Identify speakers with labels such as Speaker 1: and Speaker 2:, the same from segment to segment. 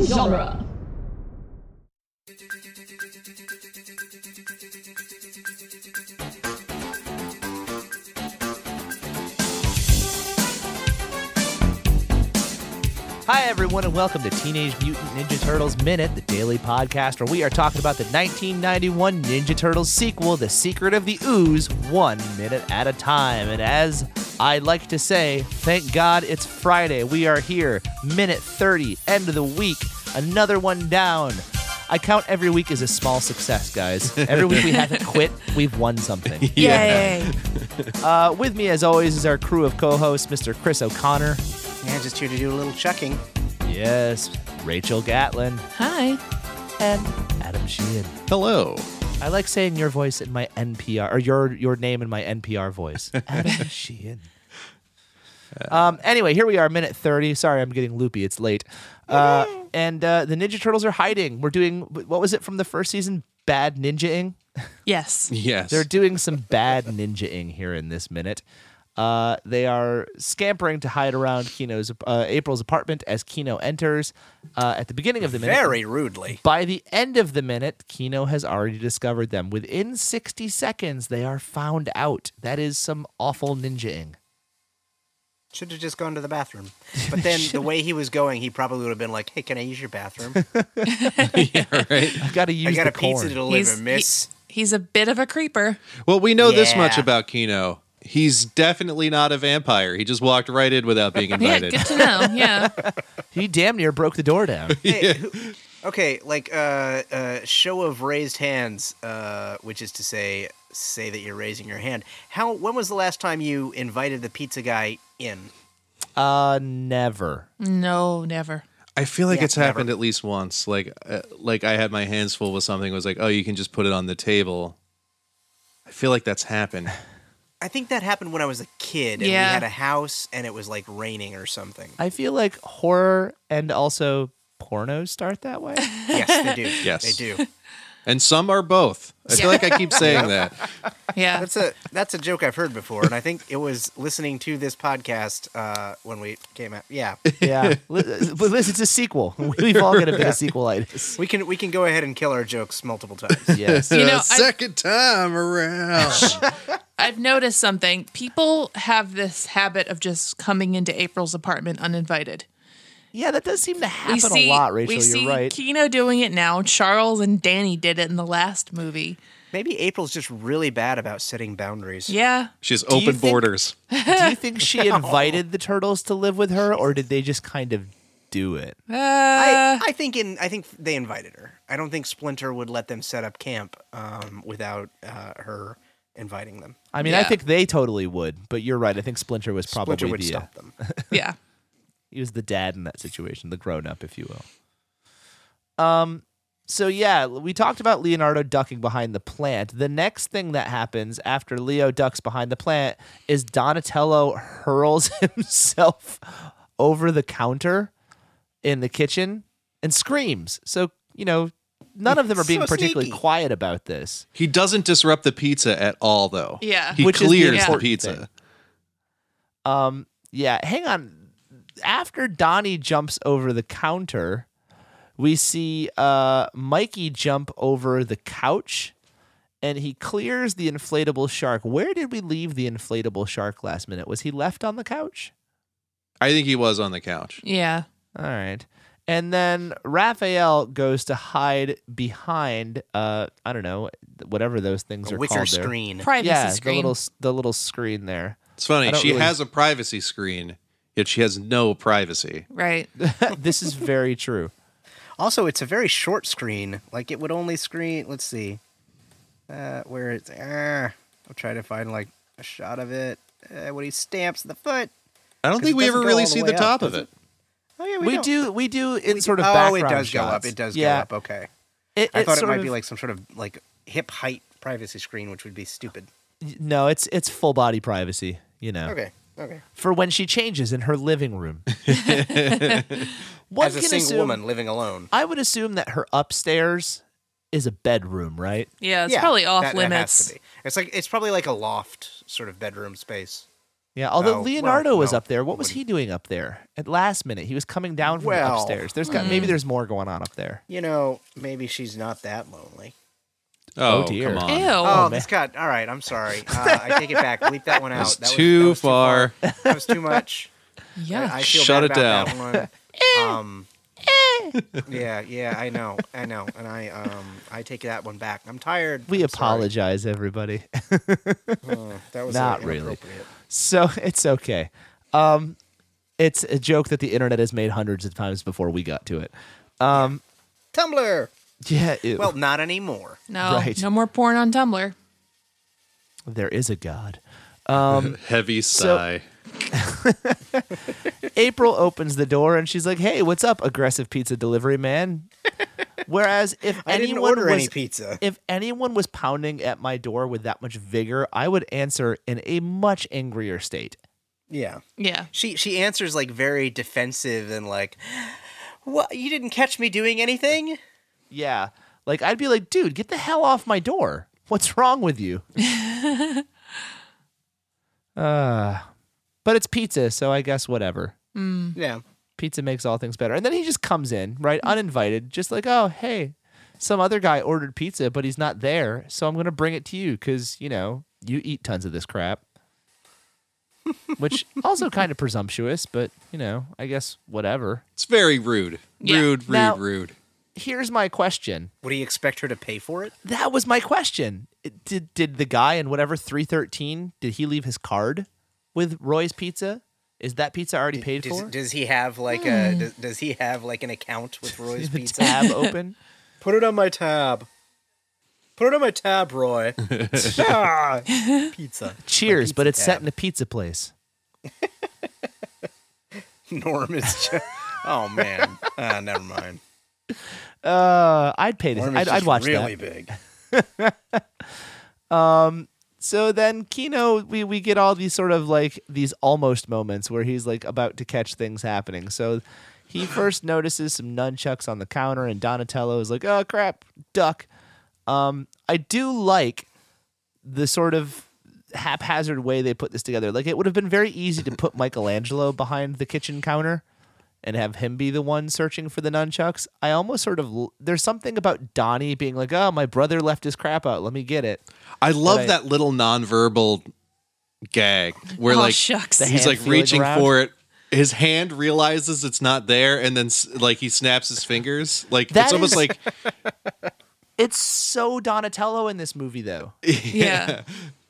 Speaker 1: genre.
Speaker 2: Hi, everyone, and welcome to Teenage Mutant Ninja Turtles Minute, the daily podcast where we are talking about the 1991 Ninja Turtles sequel, The Secret of the Ooze, one minute at a time. And as I like to say, thank God it's Friday. We are here, minute 30, end of the week, another one down. I count every week as a small success, guys. Every week we haven't quit, we've won something.
Speaker 3: Yeah.
Speaker 4: Yay.
Speaker 2: Uh, with me, as always, is our crew of co hosts, Mr. Chris O'Connor.
Speaker 3: Yeah, just here to do a little checking.
Speaker 2: Yes, Rachel Gatlin.
Speaker 4: Hi.
Speaker 2: and Adam Sheehan.
Speaker 5: Hello.
Speaker 2: I like saying your voice in my NPR or your your name in my NPR voice. Adam Sheehan. Um, anyway, here we are, minute 30. Sorry, I'm getting loopy. It's late. Uh, and uh, the Ninja Turtles are hiding. We're doing, what was it from the first season? Bad ninja-ing?
Speaker 4: Yes.
Speaker 5: Yes.
Speaker 2: They're doing some bad ninja-ing here in this minute. Uh, they are scampering to hide around Kino's, uh, April's apartment as Kino enters. Uh, at the beginning of the minute,
Speaker 3: Very rudely.
Speaker 2: by the end of the minute, Kino has already discovered them. Within 60 seconds, they are found out. That is some awful ninjaing.
Speaker 3: Should have just gone to the bathroom. But then the way he was going, he probably would have been like, hey, can I use your bathroom?
Speaker 5: yeah, right.
Speaker 2: I've got to
Speaker 3: I
Speaker 2: use
Speaker 3: got
Speaker 2: the
Speaker 3: a pizza
Speaker 2: corn.
Speaker 3: to deliver,
Speaker 4: he-
Speaker 3: miss.
Speaker 4: he's a bit of a creeper.
Speaker 5: Well, we know this much
Speaker 3: Yeah.
Speaker 5: about Kino. He's definitely not a vampire. He just walked right in without being
Speaker 4: Yeah,
Speaker 5: invited.
Speaker 4: good to know. Yeah.
Speaker 2: He damn near broke the door down.
Speaker 3: Hey, who, okay, like uh, uh, show of raised hands, uh, which is to say, say that you're raising your hand. How? When was the last time you invited the pizza guy in?
Speaker 2: Uh, never.
Speaker 4: No, never.
Speaker 5: I feel like
Speaker 3: Yeah,
Speaker 5: it's
Speaker 3: never.
Speaker 5: happened at least once. Like, uh, like I had my hands full with something. It was like, oh, you can just put it on the table. I feel like that's happened.
Speaker 3: I think that happened when I was a kid, and
Speaker 4: Yeah.
Speaker 3: we had a house, and it was like raining or something.
Speaker 2: I feel like horror and also pornos start that way.
Speaker 3: yes, they do.
Speaker 5: Yes.
Speaker 3: they do.
Speaker 5: And some are both. I
Speaker 4: Yeah.
Speaker 5: feel like I keep saying that.
Speaker 4: Yeah.
Speaker 3: That's a that's a joke I've heard before, and I think it was listening to this podcast uh, when we came out. Yeah,
Speaker 2: yeah. Li- But listen, it's a sequel. We've all got a bit of sequelitis.
Speaker 3: we can we can go ahead and kill our jokes multiple times.
Speaker 2: Yes.
Speaker 4: You know, I-
Speaker 5: 2nd time around.
Speaker 4: I've noticed something. People have this habit of just coming into April's apartment uninvited.
Speaker 2: Yeah, that does seem to happen a lot, Rachel.
Speaker 4: we
Speaker 2: You're
Speaker 4: see
Speaker 2: right.
Speaker 4: Kino doing it now. Charles and Danny did it in the last movie.
Speaker 3: Maybe April's just really bad about setting boundaries.
Speaker 4: Yeah.
Speaker 5: she has
Speaker 2: you
Speaker 5: open
Speaker 2: think-
Speaker 5: borders.
Speaker 2: Do you think she invited the turtles to live with her, or did they just kind of do it?
Speaker 4: Uh,
Speaker 3: I, I think in I think they invited her. I don't think Splinter would let them set up camp um, without uh, her inviting them.
Speaker 2: I mean, I
Speaker 4: Yeah.
Speaker 2: think they totally would, but you're right. I think Splinter was probably
Speaker 3: Splinter would
Speaker 2: the uh,
Speaker 3: stop them.
Speaker 4: yeah.
Speaker 2: he was the dad in that situation, the grown up, if you will. Um. So yeah, we talked about Leonardo ducking behind the plant. The next thing that happens after Leo ducks behind the plant is Donatello hurls himself over the counter in the kitchen and screams. So you know, none of them are being
Speaker 3: So
Speaker 2: particularly
Speaker 3: sneaky.
Speaker 2: quiet about this.
Speaker 5: He doesn't disrupt the pizza at all, though.
Speaker 4: Yeah.
Speaker 5: He
Speaker 2: Which is the
Speaker 5: clears the,
Speaker 2: important
Speaker 5: pizza.
Speaker 2: thing. Um, yeah, hang on. After Donnie jumps over the counter, we see uh, Mikey jump over the couch and he clears the inflatable shark. Where did we leave the inflatable shark last minute? Was he left on the couch?
Speaker 5: I think he was on the couch.
Speaker 4: Yeah.
Speaker 2: All right. And then Raphael goes to hide behind, uh, I don't know, whatever those things
Speaker 3: A
Speaker 2: are
Speaker 3: wicker
Speaker 2: called. there.
Speaker 3: screen.
Speaker 4: Privacy
Speaker 2: Yeah, the
Speaker 4: screen.
Speaker 2: little s- the little screen there.
Speaker 5: It's
Speaker 2: I
Speaker 5: funny.
Speaker 2: don't
Speaker 5: She
Speaker 2: really-
Speaker 5: has a privacy screen, yet she has no privacy.
Speaker 4: right.
Speaker 2: this is very true.
Speaker 3: Also, it's a very short screen. Like it would only screen. Let's see, uh, where it's. Uh, I'll try to find like a shot of it uh, when he stamps the foot.
Speaker 5: I don't
Speaker 3: 'Cause
Speaker 5: think
Speaker 3: it
Speaker 5: we
Speaker 3: doesn't
Speaker 5: ever
Speaker 3: go
Speaker 5: really
Speaker 3: all the
Speaker 5: see
Speaker 3: way
Speaker 5: the
Speaker 3: up,
Speaker 5: top of
Speaker 3: does
Speaker 5: it.
Speaker 3: Oh yeah,
Speaker 2: We
Speaker 3: don't-
Speaker 2: do, we do in
Speaker 3: we
Speaker 2: sort
Speaker 3: do-
Speaker 2: of
Speaker 3: Oh, it
Speaker 2: background
Speaker 3: does go up.
Speaker 2: shots.
Speaker 3: It does
Speaker 2: Yeah.
Speaker 3: go up. Okay.
Speaker 2: It,
Speaker 3: I
Speaker 2: it's
Speaker 3: thought it
Speaker 2: sort
Speaker 3: might
Speaker 2: of-
Speaker 3: be like some sort of like hip height privacy screen, which would be stupid.
Speaker 2: no, it's it's full body privacy. You know,
Speaker 3: Okay. Okay.
Speaker 2: for when she changes in her living room. One
Speaker 3: As a
Speaker 2: can
Speaker 3: single
Speaker 2: assume-
Speaker 3: woman living alone.
Speaker 2: I would assume that her upstairs is a bedroom, right?
Speaker 4: Yeah. It's
Speaker 3: Yeah,
Speaker 4: probably off
Speaker 3: that- that has
Speaker 4: limits.
Speaker 3: to be. It's like it's probably like a loft sort of bedroom space.
Speaker 2: Yeah, although
Speaker 3: Oh,
Speaker 2: Leonardo
Speaker 3: well,
Speaker 2: was
Speaker 3: no,
Speaker 2: up there. What was he doing up there? At last minute, he was coming down from
Speaker 3: Well, hmm.
Speaker 2: upstairs. There's got maybe there's more going on up there.
Speaker 3: You know, maybe she's not that lonely.
Speaker 5: Oh,
Speaker 2: dear.
Speaker 5: come on.
Speaker 4: Ew.
Speaker 3: Oh,
Speaker 2: man.
Speaker 3: this got all right. I'm sorry. Uh, I take it back. Bleep that one out.
Speaker 5: That's
Speaker 3: that was,
Speaker 5: too
Speaker 3: that was
Speaker 5: far.
Speaker 3: Too far. That was too much. I,
Speaker 4: yeah.
Speaker 3: I feel
Speaker 5: Shut
Speaker 3: bad
Speaker 5: it
Speaker 3: about
Speaker 5: down. Eh.
Speaker 3: That one. Um, yeah, yeah, I know, I know, and I um, I take that one back. I'm tired.
Speaker 2: We
Speaker 3: I'm sorry.
Speaker 2: apologize, everybody.
Speaker 3: Uh, that was
Speaker 2: Not
Speaker 3: uh,
Speaker 2: really.
Speaker 3: inappropriate.
Speaker 2: so it's okay. Um, it's a joke that the internet has made hundreds of times before we got to it. Um,
Speaker 3: Tumblr.
Speaker 2: yeah. ew.
Speaker 3: Well, not anymore.
Speaker 4: no,
Speaker 2: Right.
Speaker 4: no more porn on Tumblr.
Speaker 2: there is a god.
Speaker 5: Heavy
Speaker 2: So-
Speaker 5: sigh.
Speaker 2: April opens the door and she's like, "Hey, what's up, aggressive pizza delivery man?" Whereas if
Speaker 3: I didn't
Speaker 2: anyone
Speaker 3: order
Speaker 2: was
Speaker 3: any pizza.
Speaker 2: if anyone was pounding at my door with that much vigor, I would answer in a much angrier state.
Speaker 3: Yeah.
Speaker 4: Yeah.
Speaker 3: She she answers like very defensive and like, "What? You didn't catch me doing anything?"
Speaker 2: Yeah. Like I'd be like, dude, get the hell off my door. What's wrong with you? uh but it's pizza, so I guess whatever. Mm-hmm.
Speaker 3: Yeah.
Speaker 2: Pizza makes all things better. And then he just comes in, right? Uninvited, just like, oh hey, some other guy ordered pizza, but he's not there, so I'm gonna bring it to you because, you know, you eat tons of this crap. Which also kind of presumptuous, but you know, I guess whatever.
Speaker 5: It's very rude.
Speaker 4: Yeah.
Speaker 5: Rude, rude,
Speaker 2: Now-
Speaker 5: rude.
Speaker 2: Here's my question.
Speaker 3: Would he expect her to pay for it?
Speaker 2: That was my question. Did did the guy in whatever 313 did he leave his card with Roy's Pizza? Is that pizza already paid
Speaker 3: Does,
Speaker 2: for?
Speaker 3: does he have like a does, does he have like an account with Roy's
Speaker 2: Is the
Speaker 3: Pizza?
Speaker 2: tab open?
Speaker 3: Put it on my tab. Put it on my tab, Roy. Ah, pizza.
Speaker 2: Cheers, but it's set
Speaker 3: tab.
Speaker 2: in a pizza place.
Speaker 3: Norm is just. Oh man. Ah, never mind.
Speaker 2: Uh, I'd pay this.
Speaker 3: Norm
Speaker 2: I'd,
Speaker 3: is
Speaker 2: I'd
Speaker 3: just
Speaker 2: watch
Speaker 3: really
Speaker 2: that.
Speaker 3: big.
Speaker 2: So then Kino, we we get all these sort of like these almost moments where he's like about to catch things happening. So he first notices some nunchucks on the counter, and Donatello is like, "Oh crap, duck." Um, I do like the sort of haphazard way they put this together. Like it would have been very easy to put Michelangelo behind the kitchen counter and have him be the one searching for the nunchucks. I almost sort of l- there's something about Donnie being like, "Oh, my brother left his crap out. Let me get it."
Speaker 5: I love
Speaker 2: I-
Speaker 5: that little nonverbal gag where
Speaker 4: Oh,
Speaker 5: like
Speaker 4: shucks.
Speaker 2: The
Speaker 5: he's
Speaker 2: hand
Speaker 5: like
Speaker 2: feeling
Speaker 5: reaching
Speaker 2: around.
Speaker 5: for it. His hand realizes it's not there, and then s- like he snaps his fingers. Like
Speaker 2: That
Speaker 5: it's almost
Speaker 2: is-
Speaker 5: like
Speaker 2: It's so Donatello in this movie, though.
Speaker 4: yeah.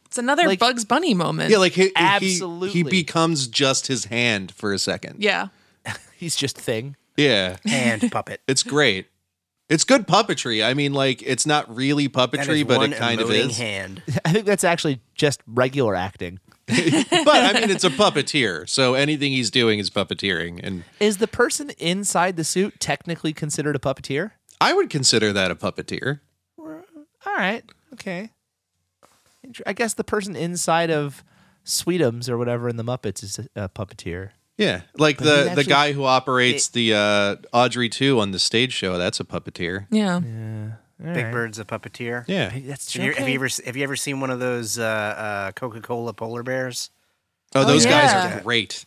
Speaker 4: It's another
Speaker 2: Like-
Speaker 4: Bugs Bunny moment.
Speaker 5: yeah, like he, he
Speaker 2: Absolutely.
Speaker 5: he becomes just his hand for a second.
Speaker 4: yeah.
Speaker 2: He's just thing.
Speaker 5: yeah,
Speaker 3: Hand puppet.
Speaker 5: it's great. It's good puppetry. I mean, like it's not really
Speaker 3: That
Speaker 5: puppetry,
Speaker 3: is
Speaker 5: but
Speaker 3: one
Speaker 5: it kind of
Speaker 3: emoting
Speaker 5: is.
Speaker 3: hand.
Speaker 2: I think that's actually just regular acting.
Speaker 5: but I mean, it's a puppeteer, so anything he's doing is puppeteering, and
Speaker 2: Is the person inside the suit technically considered a puppeteer?
Speaker 5: I would consider that a puppeteer.
Speaker 2: All right. Okay. Inter- I guess the person inside of Sweetums or whatever in the Muppets is a, a puppeteer.
Speaker 5: Yeah, like
Speaker 2: he's
Speaker 5: the
Speaker 2: actually-
Speaker 5: the guy who operates the uh, Audrey two on the stage show. That's a puppeteer.
Speaker 4: Yeah.
Speaker 2: All
Speaker 3: Big
Speaker 2: right.
Speaker 3: Bird's a puppeteer.
Speaker 5: Yeah.
Speaker 2: That's
Speaker 3: Have
Speaker 2: true.
Speaker 3: you, have
Speaker 2: Okay.
Speaker 3: you ever have you ever seen one of those uh, uh, Coca Cola polar bears?
Speaker 5: Oh, those
Speaker 4: yeah.
Speaker 5: guys are great.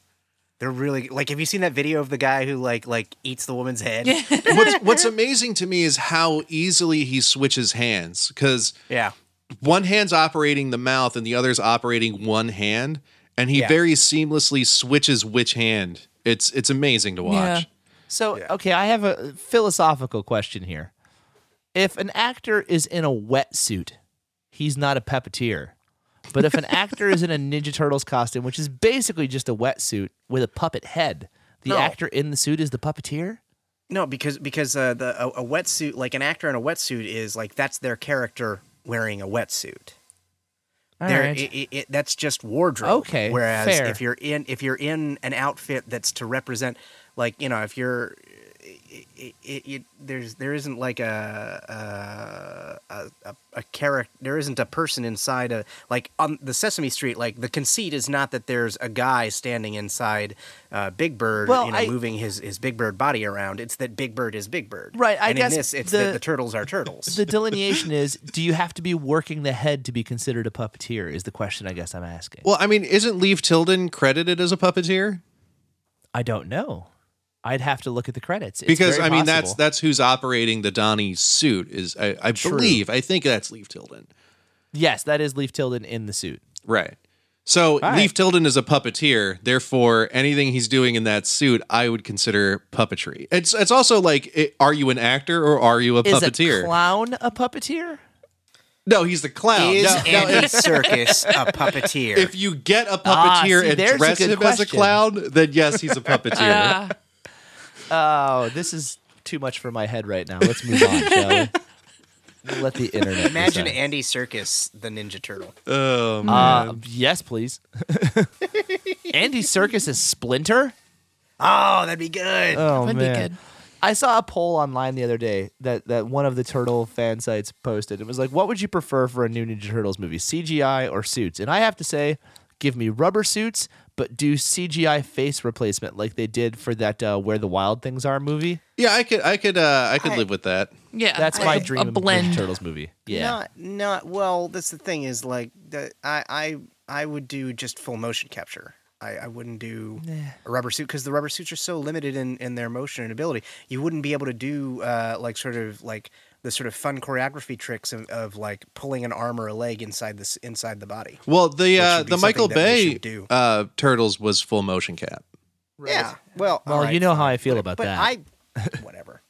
Speaker 3: They're really like. Have you seen that video of the guy who like like eats the woman's head?
Speaker 4: Yeah.
Speaker 5: what's What's amazing to me is how easily he switches hands because
Speaker 3: Yeah.
Speaker 5: one hand's operating the mouth and the other's operating one hand, and he
Speaker 3: Yeah.
Speaker 5: very seamlessly switches which hand. It's it's amazing to watch.
Speaker 2: So, okay, I have a philosophical question here. If an actor is in a wetsuit, he's not a puppeteer. But if an actor is in a Ninja Turtles costume, which is basically just a wetsuit with a puppet head, the
Speaker 3: No.
Speaker 2: actor in the suit is the puppeteer?
Speaker 3: No, because because uh, the a, a wetsuit like an actor in a wetsuit is like that's their character wearing a wetsuit.
Speaker 2: All
Speaker 3: They're-
Speaker 2: right.
Speaker 3: i- i- i- that's just wardrobe.
Speaker 2: Okay,
Speaker 3: Whereas
Speaker 2: fair.
Speaker 3: if you're in if you're in an outfit that's to represent, like you know, if you're it, it, it, it, there's there isn't like a a, a, a, a character. There isn't a person inside a like on the Sesame Street. Like the conceit is not that there's a guy standing inside uh, Big Bird,
Speaker 2: Well,
Speaker 3: you know,
Speaker 2: I-
Speaker 3: moving his his Big Bird body around. It's that Big Bird is Big Bird,
Speaker 2: Right, I
Speaker 3: and
Speaker 2: guess
Speaker 3: in this, it's
Speaker 2: the-
Speaker 3: that the turtles are turtles.
Speaker 2: The delineation is: Do you have to be working the head to be considered a puppeteer? Is the question I guess I'm asking.
Speaker 5: Well, I mean, isn't Leave Tilden credited as a puppeteer?
Speaker 2: I don't know. I'd have to look at the credits It's
Speaker 5: Because
Speaker 2: very
Speaker 5: I mean, that's
Speaker 2: possible.
Speaker 5: that's who's operating the Donnie suit. Is I, I
Speaker 2: True.
Speaker 5: believe I think that's Leave Tilden.
Speaker 2: yes, that is Leaf Tilden in the suit.
Speaker 5: Right. So
Speaker 2: right.
Speaker 5: Leaf Tilden is a puppeteer. Therefore, anything he's doing in that suit, I would consider puppetry. It's it's also like, i are you an actor or are you a
Speaker 2: Is
Speaker 5: puppeteer?
Speaker 2: a clown a puppeteer?
Speaker 5: no, he's the clown.
Speaker 3: is
Speaker 5: No, no,
Speaker 3: Andy Circus a puppeteer?
Speaker 5: if you get a puppeteer
Speaker 2: Ah, see, there's a
Speaker 5: and dress
Speaker 2: good
Speaker 5: him as a
Speaker 2: question.
Speaker 5: clown, then yes, he's a
Speaker 3: Uh,
Speaker 5: puppeteer.
Speaker 4: Ah,
Speaker 2: Oh, this is too much for my head right now. Let's move on, shall we? We'll Let the internet
Speaker 3: Imagine
Speaker 2: decide.
Speaker 3: Andy Circus, the Ninja Turtle.
Speaker 5: um,
Speaker 2: Uh, yes, please. Andy Circus is Splinter.
Speaker 3: Oh, that'd be good.
Speaker 2: Oh
Speaker 4: would be
Speaker 2: man.
Speaker 4: good.
Speaker 2: I saw a poll online the other day that, that one of the Turtle fan sites posted. It was like, what would you prefer for a new Ninja Turtles movie, CGI or suits? And I have to say, give me rubber suits, but do CGI face replacement like they did for that uh, Where the Wild Things Are movie.
Speaker 5: yeah, I could, I could, uh, I could live with that.
Speaker 4: yeah,
Speaker 2: That's
Speaker 4: Uh, like
Speaker 2: my
Speaker 4: a-
Speaker 2: dream of
Speaker 4: A
Speaker 2: a Ninja
Speaker 4: blend.
Speaker 2: Turtles movie. Yeah.
Speaker 3: Not, not well. That's the thing is like the, I, I, I would do just full motion capture. I, I wouldn't do a rubber suit because the rubber suits are so limited in, in their motion and ability. You wouldn't be able to do uh, like sort of like the sort of fun choreography tricks of, of like pulling an arm or a leg inside this inside the body.
Speaker 5: Well, the uh,
Speaker 3: would be
Speaker 5: the Michael
Speaker 3: something that we
Speaker 5: Bay
Speaker 3: should do.
Speaker 5: uh, Turtles was full motion cap.
Speaker 3: Yeah. Well.
Speaker 2: Well,
Speaker 3: all right,
Speaker 2: you know how
Speaker 3: fine.
Speaker 2: I feel about
Speaker 3: but
Speaker 2: that.
Speaker 3: I, whatever.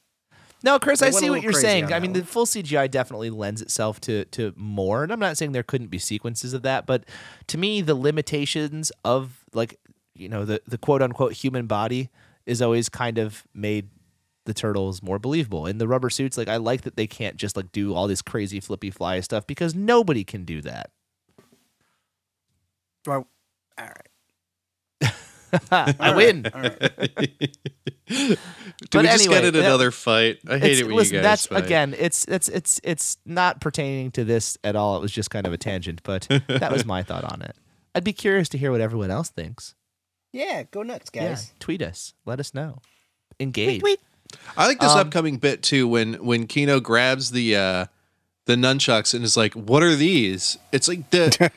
Speaker 2: No, Chris,
Speaker 3: They
Speaker 2: I
Speaker 3: went a
Speaker 2: see what
Speaker 3: little
Speaker 2: you're
Speaker 3: crazy
Speaker 2: saying.
Speaker 3: on
Speaker 2: I
Speaker 3: that
Speaker 2: mean, the full CGI definitely lends itself to to more, and I'm not saying there couldn't be sequences of that, but to me, the limitations of like you know the the quote unquote human body is always kind of made the turtles more believable. And the rubber suits, like I like that they can't just like do all this crazy flippy fly stuff because nobody can do that.
Speaker 3: Well, all right.
Speaker 2: I win.
Speaker 3: All right.
Speaker 5: Do
Speaker 2: But
Speaker 5: we just
Speaker 2: anyway,
Speaker 5: get in
Speaker 2: that-
Speaker 5: another fight? I hate
Speaker 2: It's-
Speaker 5: it when
Speaker 2: listen,
Speaker 5: you guys
Speaker 2: that's
Speaker 5: fight.
Speaker 2: again, it's it's it's it's not pertaining to this at all. It was just kind of a tangent, but that was my thought on it. I'd be curious to hear what everyone else thinks.
Speaker 3: Yeah. Go nuts, guys.
Speaker 2: Yeah, tweet us. Let us know. Engage.
Speaker 5: I like this
Speaker 2: Um,
Speaker 5: upcoming bit too when when Kino grabs the uh the nunchucks and is like, "What are these?" It's like the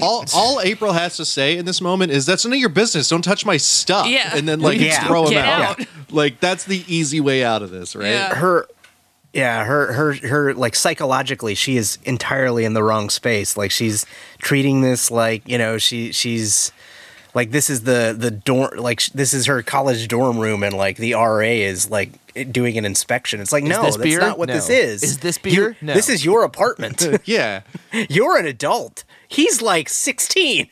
Speaker 5: all all April has to say in this moment is, "That's none of your business. Don't touch my stuff."
Speaker 4: Yeah.
Speaker 5: and then like
Speaker 3: Yeah.
Speaker 5: throw him
Speaker 4: Get
Speaker 5: out.
Speaker 4: out.
Speaker 5: Like that's the easy way out of this, right?
Speaker 4: Yeah.
Speaker 3: her yeah her her her like psychologically she is entirely in the wrong space like she's treating this like you know she she's like this is the the dorm like sh- this is her college dorm room and like the RA is like it- doing an inspection it's like no
Speaker 2: this
Speaker 3: that's
Speaker 2: beer?
Speaker 3: not what this
Speaker 2: No.
Speaker 3: is
Speaker 2: Is this
Speaker 3: You-
Speaker 2: beer? No.
Speaker 3: this is your apartment
Speaker 5: Yeah.
Speaker 3: you're an adult he's like 16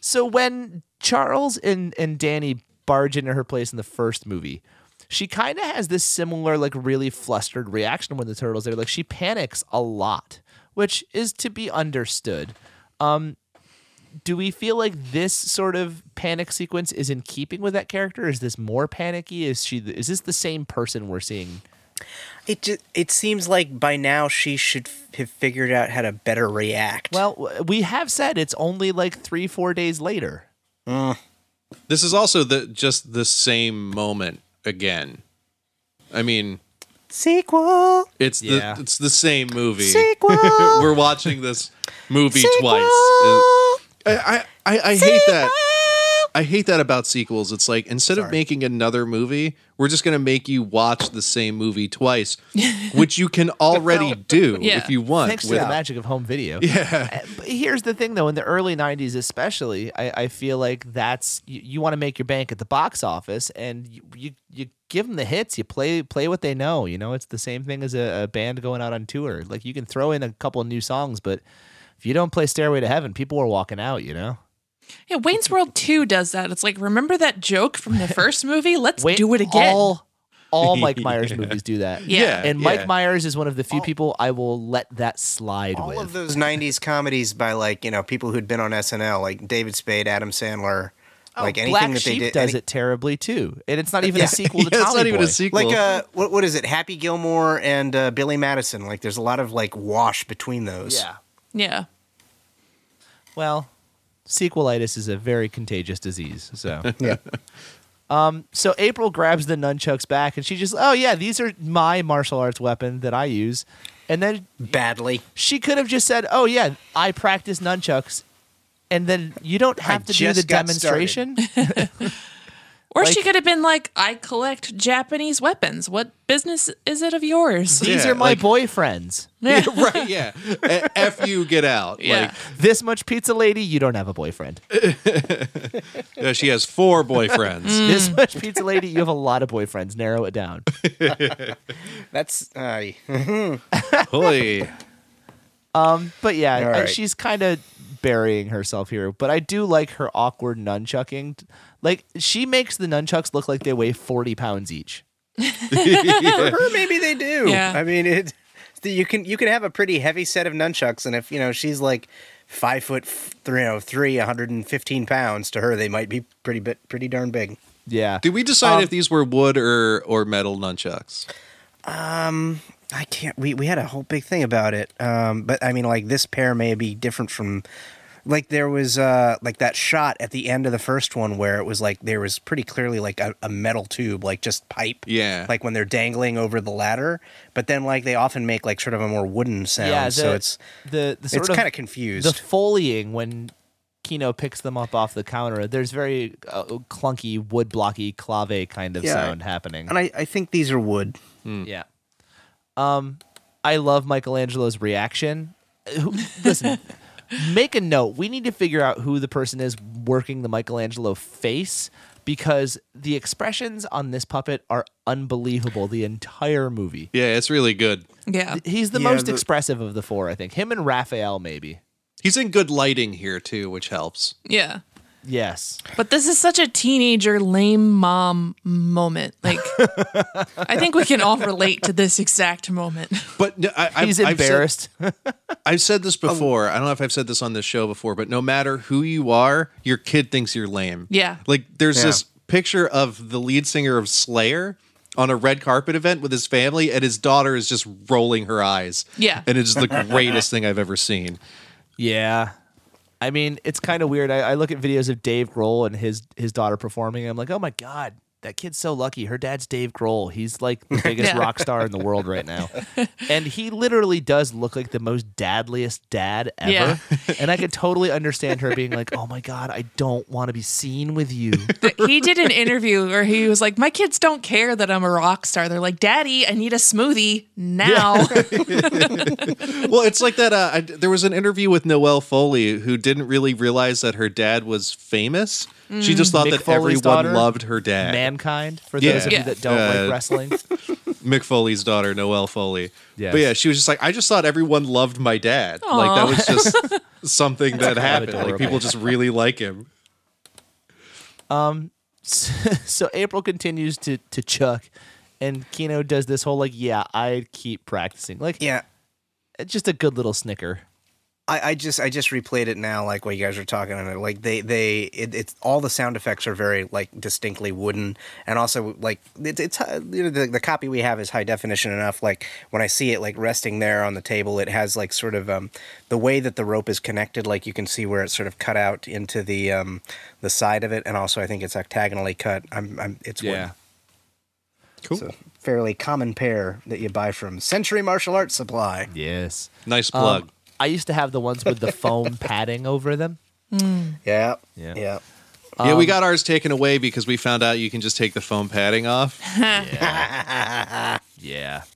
Speaker 2: So when Charles and, and Danny barge into her place in the first movie, she kind of has this similar, like, really flustered reaction when the turtles there. Like, she panics a lot, which is to be understood. Um, do we feel like this sort of panic sequence is in keeping with that character? Is this more panicky? Is she? Is this the same person we're seeing?
Speaker 3: it just it seems like by now she should f- have figured out how to better react
Speaker 2: Well, w- we have said it's only like three, four days later.
Speaker 5: This is also the just the same moment again. I mean,
Speaker 3: sequel
Speaker 5: it's
Speaker 2: Yeah.
Speaker 5: the it's the same movie.
Speaker 3: sequel
Speaker 5: We're watching this movie twice. I, I, I, I hate that. I hate that about sequels. It's like instead of making another movie, we're just going to make you watch the same movie twice, which you can already do
Speaker 4: Yeah.
Speaker 5: if you want.
Speaker 2: Thanks to
Speaker 5: with-
Speaker 2: the magic of home video. Yeah. But here's the thing, though. In the early 90s, especially, I, I feel like that's you, you want to make your bank at the box office and you, you, you give them the hits. You play play what they know. You know, it's the same thing as a, a band going out on tour. Like, you can throw in a couple of new songs, but if you don't play Stairway to Heaven, people are walking out, you know?
Speaker 4: Yeah, Wayne's World 2 does that. It's like, remember that joke from the first movie? Let's
Speaker 2: Wait,
Speaker 4: do it again.
Speaker 2: All, all Mike Myers movies do that.
Speaker 4: Yeah.
Speaker 5: Yeah.
Speaker 2: And Mike
Speaker 5: yeah.
Speaker 2: Myers is one of the few people I will let that slide
Speaker 3: all
Speaker 2: with.
Speaker 3: of those 90s comedies by like you know people who'd been on snl like david spade adam sandler
Speaker 2: Oh,
Speaker 3: like anything
Speaker 2: Black
Speaker 3: that they
Speaker 2: Sheep
Speaker 3: did,
Speaker 2: does
Speaker 3: any-
Speaker 2: it terribly too, and it's not even a sequel to
Speaker 5: Yeah, it's
Speaker 2: Tommy
Speaker 5: not even
Speaker 2: Boy.
Speaker 5: a sequel.
Speaker 3: Like uh, what what is it? Happy Gilmore and uh, Billy Madison. Like there's a lot of like wash between those.
Speaker 2: Yeah.
Speaker 4: Yeah.
Speaker 2: Well, sequelitis is a very contagious disease. So yeah. Um, so April grabs the nunchucks back, and she just, oh yeah, these are my martial arts weapon that I use. And then
Speaker 3: badly.
Speaker 2: she could have just said, "Oh yeah, I practice nunchucks," and then you don't have to do
Speaker 3: just
Speaker 2: the
Speaker 3: got
Speaker 2: demonstration.
Speaker 4: Or
Speaker 2: Like-
Speaker 4: she could have been like, I collect Japanese weapons. What business is it of yours?
Speaker 2: These
Speaker 5: Yeah,
Speaker 2: are my
Speaker 5: like-
Speaker 2: boyfriends.
Speaker 4: Yeah.
Speaker 5: right? Yeah. Eh, F you, get out.
Speaker 4: Yeah.
Speaker 5: Like
Speaker 2: This much pizza lady, you don't have a boyfriend.
Speaker 5: yeah, uh, she has four boyfriends.
Speaker 2: This much pizza lady, you have a lot of boyfriends. Narrow it down.
Speaker 3: That's uh,
Speaker 5: Holy.
Speaker 2: But yeah,
Speaker 3: All
Speaker 2: I-
Speaker 3: right.
Speaker 2: she's kind of burying herself here. But I do like her awkward nunchucking. Like she makes the nunchucks look like they weigh forty pounds each.
Speaker 3: for her. Maybe they do.
Speaker 4: Yeah.
Speaker 3: I mean it. You can you can have a pretty heavy set of nunchucks, and if you know she's like five foot f- three, you know, three, 115 pounds to her, they might be pretty bit pretty darn big.
Speaker 2: Yeah.
Speaker 5: Did we decide
Speaker 2: Um,
Speaker 5: if these were wood or or metal nunchucks?
Speaker 3: I can't. We we had a whole big thing about it. Um, but I mean, like this pair may be different from, like there was uh like that shot at the end of the first one where it was like there was pretty clearly like a, a metal tube, like just pipe.
Speaker 5: Yeah.
Speaker 3: Like when they're dangling over the ladder, but then like they often make like sort of a more wooden sound.
Speaker 2: yeah.
Speaker 3: so it's
Speaker 2: the, the sort
Speaker 3: it's
Speaker 2: of
Speaker 3: kind of
Speaker 2: the
Speaker 3: confused.
Speaker 2: foleying when Kino picks them up off the counter. There's very uh, clunky, wood blocky, clave kind of
Speaker 3: Yeah.
Speaker 2: sound happening.
Speaker 3: and I, I think these are wood.
Speaker 2: Yeah. Um, I love Michelangelo's reaction. Uh, Who- Listen, make a note. We need to figure out who the person is working the Michelangelo face because the expressions on this puppet are unbelievable. The entire movie.
Speaker 5: Yeah, it's really good.
Speaker 4: Yeah.
Speaker 2: He's the
Speaker 3: Yeah,
Speaker 2: most
Speaker 3: the-
Speaker 2: expressive of the four, I think. Him and Raphael, maybe.
Speaker 5: He's in good lighting here too, which helps.
Speaker 4: Yeah.
Speaker 2: Yes.
Speaker 4: But this is such a teenager lame mom moment. Like, I think we can all relate to this exact moment.
Speaker 5: But no, I, I've-
Speaker 2: He's
Speaker 5: I've said-
Speaker 2: embarrassed.
Speaker 5: I've said this before. I don't know if I've said this on this show before, but no matter who you are, your kid thinks you're lame.
Speaker 4: Yeah.
Speaker 5: Like there's
Speaker 3: Yeah.
Speaker 5: this picture of the lead singer of Slayer on a red carpet event with his family, and his daughter is just rolling her eyes.
Speaker 4: Yeah.
Speaker 5: And it's the greatest thing I've ever seen.
Speaker 2: Yeah. I mean, it's kind of weird. I, I look at videos of Dave Grohl and his his daughter performing, and I'm like, oh my god, that kid's so lucky. Her dad's Dave Grohl. He's like the biggest
Speaker 4: Yeah.
Speaker 2: rock star in the world right now, and he literally does look like the most dadliest dad ever.
Speaker 4: Yeah.
Speaker 2: And I could totally understand her being like, oh my god, I don't want to be seen with you.
Speaker 4: Th- He did an interview where he was like, My kids don't care that I'm a rock star. They're like, Daddy, I need a smoothie now.
Speaker 5: well, it's like that. Uh, I, there was an interview with Noelle Foley who didn't really realize that her dad was famous.
Speaker 4: Mm.
Speaker 5: She just thought
Speaker 2: Mick
Speaker 5: that
Speaker 2: Foley's
Speaker 5: everyone
Speaker 2: daughter?
Speaker 5: loved her dad.
Speaker 2: Mankind, for
Speaker 5: Yeah.
Speaker 2: those of
Speaker 4: Yeah.
Speaker 2: you that don't
Speaker 5: Uh,
Speaker 2: like wrestling.
Speaker 5: Mick Foley's daughter, Noelle Foley.
Speaker 2: Yes.
Speaker 5: But yeah, she was just like, I just thought everyone loved my dad. Like that was just something that happened. Like
Speaker 2: adorable.
Speaker 5: people just really like him.
Speaker 2: so April continues to to chuck, and Kino does this whole like, yeah, I keep practicing. Like,
Speaker 3: Yeah,
Speaker 2: it's just a good little snicker.
Speaker 3: I, I just I just replayed it now, like what you guys were talking about. Like they they it, it's all the sound effects are very like distinctly wooden, and also like it, it's uh, you know, the the copy we have is high definition enough. Like when I see it like resting there on the table, it has like sort of um the way that the rope is connected. Like you can see where it's sort of cut out into the um the side of it, and also I think it's octagonally cut. I'm, I'm it's wood.
Speaker 5: Cool.
Speaker 3: It's a fairly common pair that you buy from Century Martial Arts Supply.
Speaker 2: Yes.
Speaker 5: Nice plug.
Speaker 2: I used to have the ones with the foam padding over them.
Speaker 3: Yeah,
Speaker 2: Yeah.
Speaker 3: yeah.
Speaker 5: yeah,
Speaker 2: um,
Speaker 5: we got ours taken away because we found out you can just take the foam padding off.
Speaker 2: Yeah,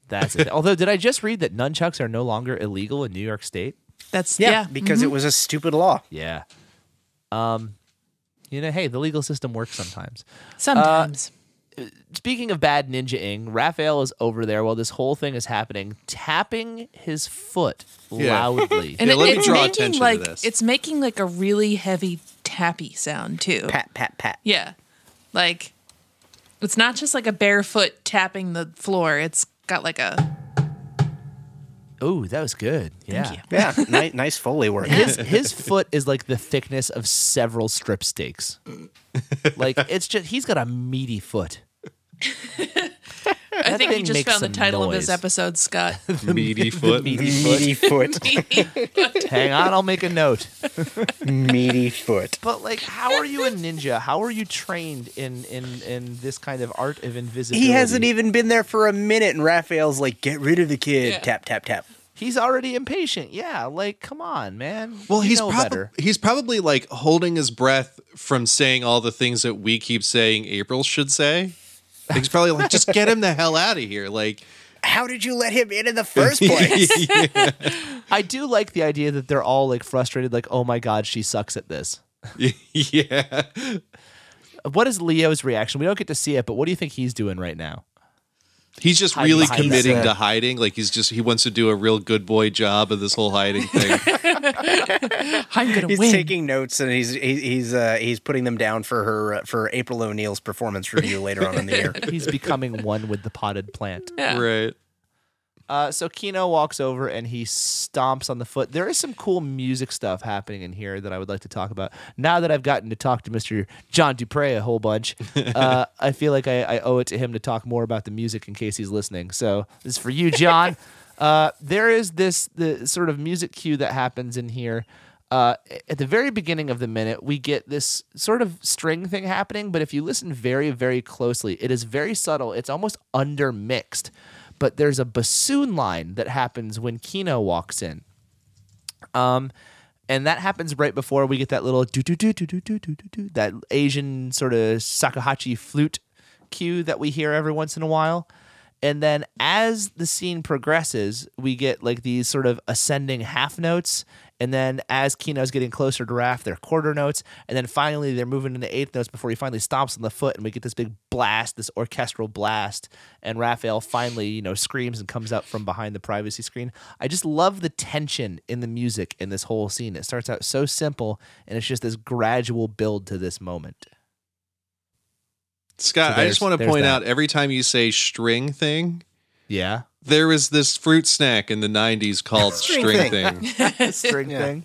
Speaker 2: that's it. Although, did I just read that nunchucks are no longer illegal in New York State?
Speaker 4: That's,
Speaker 3: Yeah,
Speaker 4: yeah.
Speaker 3: because it was a stupid law.
Speaker 2: Yeah. Um, you know, hey, the legal system works sometimes.
Speaker 4: Sometimes.
Speaker 2: Speaking of bad ninja ing, Raphael is over there while this whole thing is happening, tapping his foot
Speaker 5: Yeah.
Speaker 2: loudly.
Speaker 4: and
Speaker 5: Yeah,
Speaker 4: it,
Speaker 5: let me
Speaker 4: it's
Speaker 5: draw
Speaker 4: making
Speaker 5: attention to
Speaker 4: like
Speaker 5: this.
Speaker 4: it's making like a really heavy tappy sound too.
Speaker 3: Pat, pat, pat.
Speaker 4: Yeah. Like it's not just like a barefoot tapping the floor. It's got like a
Speaker 2: Oh, that was good. Yeah.
Speaker 4: Thank you.
Speaker 3: Yeah, ni- nice foley work.
Speaker 2: His his foot is like the thickness of several strip steaks. like it's just he's got a meaty foot.
Speaker 4: I think he
Speaker 2: thing
Speaker 4: just
Speaker 2: makes
Speaker 4: found the
Speaker 2: some
Speaker 4: title of
Speaker 2: noise.
Speaker 4: this episode, Scott.
Speaker 5: meaty foot.
Speaker 2: Meaty foot.
Speaker 3: Meaty foot.
Speaker 2: Hang on, I'll make a note.
Speaker 3: Meaty foot.
Speaker 2: But like, how are you a ninja? How are you trained in in in this kind of art of invisibility?
Speaker 3: He hasn't even been there for a minute, and Raphael's like, "Get rid of the kid."
Speaker 4: Yeah.
Speaker 3: Tap tap tap.
Speaker 2: He's already impatient. Yeah, like, come on, man.
Speaker 5: Well,
Speaker 2: You
Speaker 5: he's
Speaker 2: know
Speaker 5: probably
Speaker 2: better.
Speaker 5: he's probably like holding his breath from saying all the things that we keep saying April should say. Like, he's probably like, just get him the hell out of here. Like,
Speaker 3: How did you let him in in the first place?
Speaker 2: I do like the idea that they're all like frustrated. Like, oh my god, she sucks at this.
Speaker 5: yeah,
Speaker 2: What is Leo's reaction? We don't get to see it, but what do you think he's doing right now?
Speaker 5: he's just
Speaker 2: Hiding
Speaker 5: really
Speaker 2: behind
Speaker 5: committing
Speaker 3: that.
Speaker 5: to hiding. Like, he's just he wants to do a real good boy job of this whole hiding thing.
Speaker 4: I'm gonna
Speaker 3: he's
Speaker 4: win.
Speaker 3: taking notes and he's he, he's uh, he's putting them down for her uh, for April O'Neil's performance review later on in the year.
Speaker 2: He's becoming one with the potted plant.
Speaker 4: Yeah.
Speaker 5: Right.
Speaker 2: Uh, so Kino walks over and he stomps on the foot. There is some cool music stuff happening in here that I would like to talk about. Now that I've gotten to talk to Mr. John Dupre a whole bunch, uh, I feel like I, I owe it to him to talk more about the music in case he's listening. So this is for you, John. uh, there is this the sort of music cue that happens in here. Uh, at the very beginning of the minute, we get this sort of string thing happening, but if you listen very, very closely, it is very subtle. It's almost undermixed but there's a bassoon line that happens when Kino walks in. Um, and that happens right before we get that little do do do do do do do do do that Asian sort of Shakuhachi flute cue that we hear every once in a while. And then as the scene progresses, we get like these sort of ascending half notes. And then as Kino's getting closer to Raph, they're quarter notes. And then finally they're moving into eighth notes before he finally stomps on the foot and we get this big blast, this orchestral blast. And Raphael finally, you know, screams and comes out from behind the privacy screen. I just love the tension in the music in this whole scene. It starts out so simple and it's just this gradual build to this moment.
Speaker 5: Scott,
Speaker 2: So
Speaker 5: I
Speaker 2: there's-
Speaker 5: just want to
Speaker 2: there's
Speaker 5: point
Speaker 2: that.
Speaker 5: out every time you say string thing,
Speaker 2: Yeah.
Speaker 5: there was this fruit snack in the 90s called string,
Speaker 3: String
Speaker 5: thing.
Speaker 2: String
Speaker 3: Yeah.
Speaker 2: thing.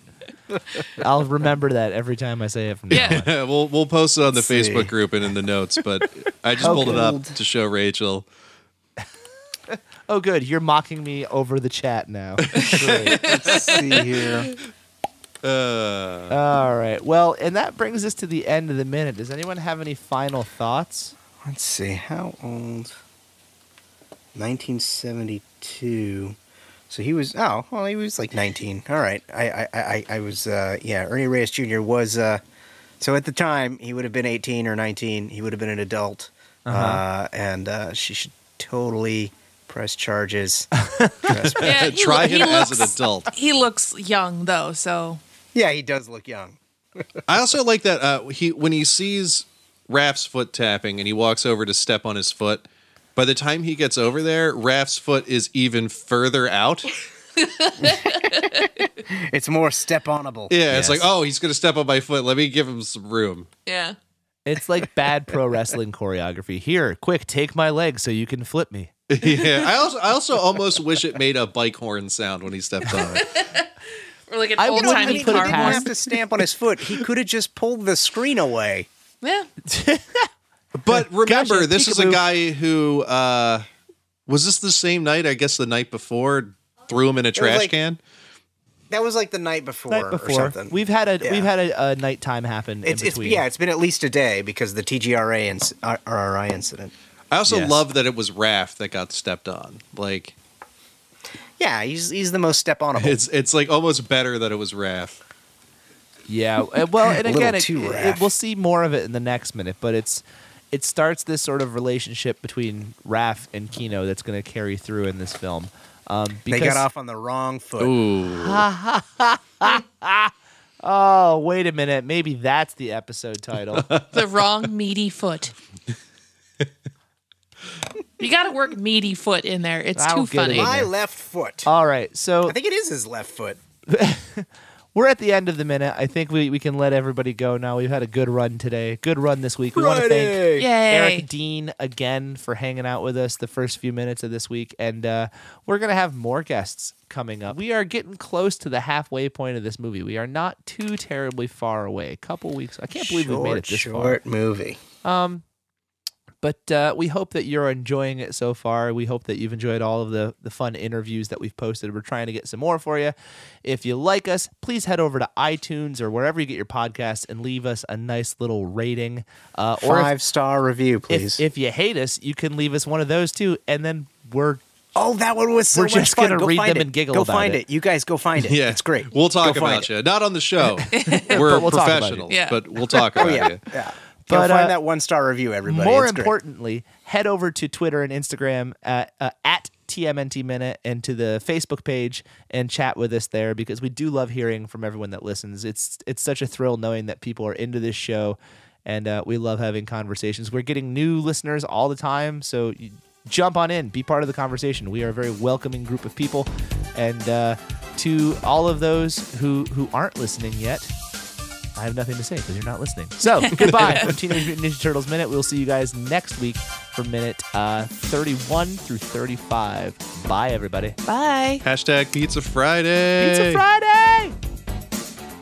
Speaker 2: I'll remember that every time I say it from now
Speaker 4: Yeah.
Speaker 2: on.
Speaker 5: we'll we'll post it on the
Speaker 3: Let's see.
Speaker 5: Facebook group and in the notes, but I just
Speaker 2: Okay.
Speaker 5: pulled it up
Speaker 3: Old.
Speaker 5: to show Rachel.
Speaker 2: Oh, good. You're mocking me over the chat now.
Speaker 3: Let's see here.
Speaker 5: Uh,
Speaker 2: All right. Well, and that brings us to the end of the minute. Does anyone have any final thoughts?
Speaker 3: Let's see how old. 1972. So he was oh well he was like 19. All right, I I I, I was uh, yeah Ernie Reyes Jr. was uh, so at the time he would have been 18 or 19. He would have been an adult, uh
Speaker 2: Uh-huh.
Speaker 3: and uh, she should totally press charges. Trust me.
Speaker 4: Yeah, he
Speaker 5: Uh, try
Speaker 4: loo- he
Speaker 5: him as an
Speaker 4: looks-
Speaker 5: adult.
Speaker 4: He looks young though, so
Speaker 3: yeah, he does look young.
Speaker 5: I also like that uh, he when he sees Raph's foot tapping and he walks over to step on his foot. By the time he gets over there, Raph's foot is even further out.
Speaker 3: It's more step onable.
Speaker 5: Yeah, it's like, oh, he's gonna step on my foot. Let me give him some room.
Speaker 4: yeah.
Speaker 2: It's like bad pro wrestling choreography. Here, quick, take my leg so you can flip me.
Speaker 5: yeah, I also I also almost wish it made a bike horn sound when he stepped on it.
Speaker 4: Or like an
Speaker 2: I
Speaker 4: old
Speaker 2: wouldn't
Speaker 3: I mean,
Speaker 4: timey
Speaker 3: he
Speaker 2: put it
Speaker 4: car
Speaker 3: didn't
Speaker 2: past-
Speaker 4: horn.
Speaker 3: have to stamp on his foot. He could have just pulled the screen away.
Speaker 4: Yeah.
Speaker 5: But remember,
Speaker 2: Gotcha,
Speaker 5: this is a
Speaker 2: peekaboo.
Speaker 5: guy who uh, was this the same night? I guess the night before threw him in a trash
Speaker 3: like-
Speaker 5: can.
Speaker 3: That was like the night before,
Speaker 2: Night
Speaker 3: or
Speaker 2: before,
Speaker 3: something.
Speaker 2: we've had a
Speaker 3: Yeah.
Speaker 2: we've had a, a nighttime happen
Speaker 3: it's,
Speaker 2: in
Speaker 3: it's
Speaker 2: between.
Speaker 3: yeah, it's been at least a day because the TGRA and s- R- RRI incident.
Speaker 5: I also
Speaker 2: Yes.
Speaker 5: love that it was Raph that got stepped on. Like
Speaker 3: Yeah, he's he's the most step onable.
Speaker 5: it's it's like almost better that it was Raph.
Speaker 2: Yeah. uh, Well, and
Speaker 3: A little
Speaker 2: again, it,
Speaker 3: too
Speaker 2: it-
Speaker 3: rough.
Speaker 2: we'll see more of it in the next minute, but it's it starts this sort of relationship between Raph and Kino that's going to carry through in this film. Um,
Speaker 3: they
Speaker 2: because,
Speaker 3: got off on the wrong foot.
Speaker 5: Ooh,
Speaker 2: Oh, wait a minute. Maybe that's the episode title.
Speaker 4: The wrong meaty foot. You gotta work meaty foot in there. It's
Speaker 2: I'll
Speaker 4: too
Speaker 2: get it.
Speaker 4: funny.
Speaker 2: Why-
Speaker 3: My left foot.
Speaker 2: All right. So
Speaker 3: I think it is his left foot.
Speaker 2: We're at the end of the minute. I think we, we can let everybody go now. We've had a good run today. Good run this week. We want to thank
Speaker 5: Friday!
Speaker 4: Yay.
Speaker 2: Eric Dean again for hanging out with us the first few minutes of this week. And uh, we're going to have more guests coming up. We are getting close to the halfway point of this movie. We are not too terribly far away. A couple weeks. I can't believe we made it this far.
Speaker 3: short movie.
Speaker 2: Um, but uh, we hope that you're enjoying it so far. We hope that you've enjoyed all of the, the fun interviews that we've posted. We're trying to get some more for you. If you like us, please head over to iTunes or wherever you get your podcasts and leave us a nice little rating. Uh, or if-
Speaker 3: Five star review,
Speaker 2: if,
Speaker 3: please.
Speaker 2: if you hate us, you can leave us one of those too, and then we're
Speaker 3: oh, that one was so
Speaker 2: We're
Speaker 3: much
Speaker 2: just
Speaker 3: fun.
Speaker 2: gonna
Speaker 3: Go
Speaker 2: read
Speaker 3: find
Speaker 2: them
Speaker 3: it.
Speaker 2: and giggle
Speaker 3: Go
Speaker 2: about
Speaker 3: find
Speaker 2: it.
Speaker 3: it. You guys go find it.
Speaker 5: Yeah,
Speaker 3: it's great.
Speaker 5: We'll talk
Speaker 3: Go find
Speaker 5: about
Speaker 3: it.
Speaker 5: you. Not on the show. We're
Speaker 2: we'll talk about you.
Speaker 5: professionals,
Speaker 4: Yeah.
Speaker 5: but we'll talk about you.
Speaker 3: Oh, Yeah. Go
Speaker 2: But,
Speaker 3: find
Speaker 2: uh,
Speaker 3: that one star review, everybody.
Speaker 2: more
Speaker 3: It's great.
Speaker 2: importantly head over to Twitter and Instagram at, uh, at TMNT Minute and to the Facebook page and chat with us there because we do love hearing from everyone that listens. It's it's such a thrill knowing that people are into this show, and uh, we love having conversations. We're getting new listeners all the time, so. You, Jump on in, be part of the conversation. We are a very welcoming group of people, and uh, to all of those who who aren't listening yet, I have nothing to say because you're not listening. So goodbye from Teenage Mutant Ninja Turtles Minute. We'll see you guys next week for minute uh, 31 through 35. Bye, everybody.
Speaker 4: Bye.
Speaker 5: Hashtag Pizza Friday.
Speaker 2: Pizza Friday.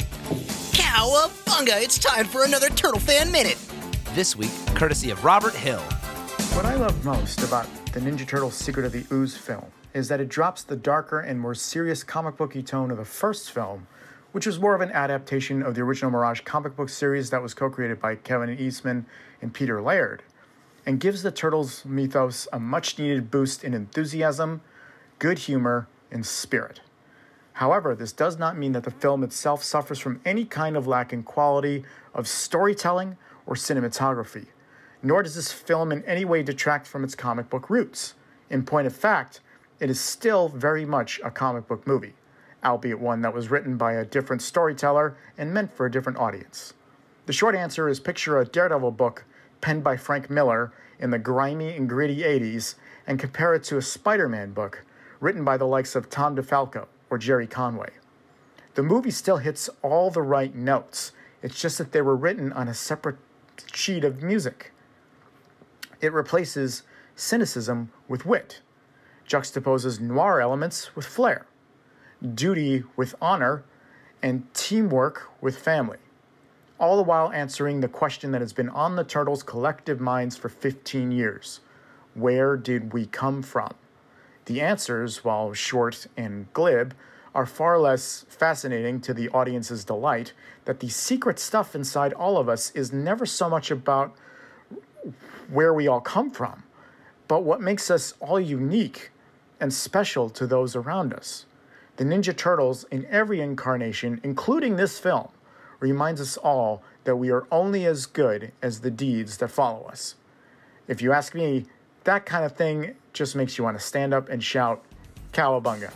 Speaker 1: Cowabunga! It's time for another Turtle Fan Minute.
Speaker 2: This week, courtesy of Robert Hill.
Speaker 6: What I love most about the Ninja Turtles Secret of the Ooze film is that it drops the darker and more serious comic booky tone of the first film, which was more of an adaptation of the original Mirage comic book series that was co created by Kevin Eastman and Peter Laird, and gives the Turtles mythos a much needed boost in enthusiasm, good humor, and spirit. However, this does not mean that the film itself suffers from any kind of lack in quality of storytelling or cinematography, nor does this film in any way detract from its comic book roots. In point of fact, it is still very much a comic book movie, albeit one that was written by a different storyteller and meant for a different audience. The short answer is picture a Daredevil book penned by Frank Miller in the grimy and gritty 80s and compare it to a Spider Man book written by the likes of Tom DeFalco or Jerry Conway. The movie still hits all the right notes, it's just that they were written on a separate sheet of music. It replaces cynicism with wit, juxtaposes noir elements with flair, duty with honor, and teamwork with family all the while answering the question that has been on the Turtles' collective minds for 15 years Where did we come from? The answers, while short and glib, are far less fascinating to the audience's delight that the secret stuff inside all of us is never so much about where we all come from, but what makes us all unique and special to those around us. The Ninja Turtles, in every incarnation, including this film, reminds us all that we are only as good as the deeds that follow us. If you ask me, that kind of thing just makes you want to stand up and shout, Cowabunga.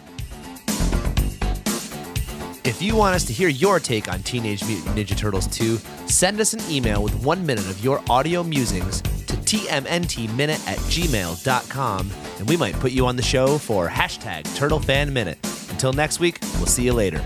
Speaker 2: If you want us to hear your take on Teenage Mutant Ninja Turtles 2, send us an email with one minute of your audio musings to tmntminute at gmail.com, and we might put you on the show for hashtag Turtle Fan Minute. Until next week, we'll see you later.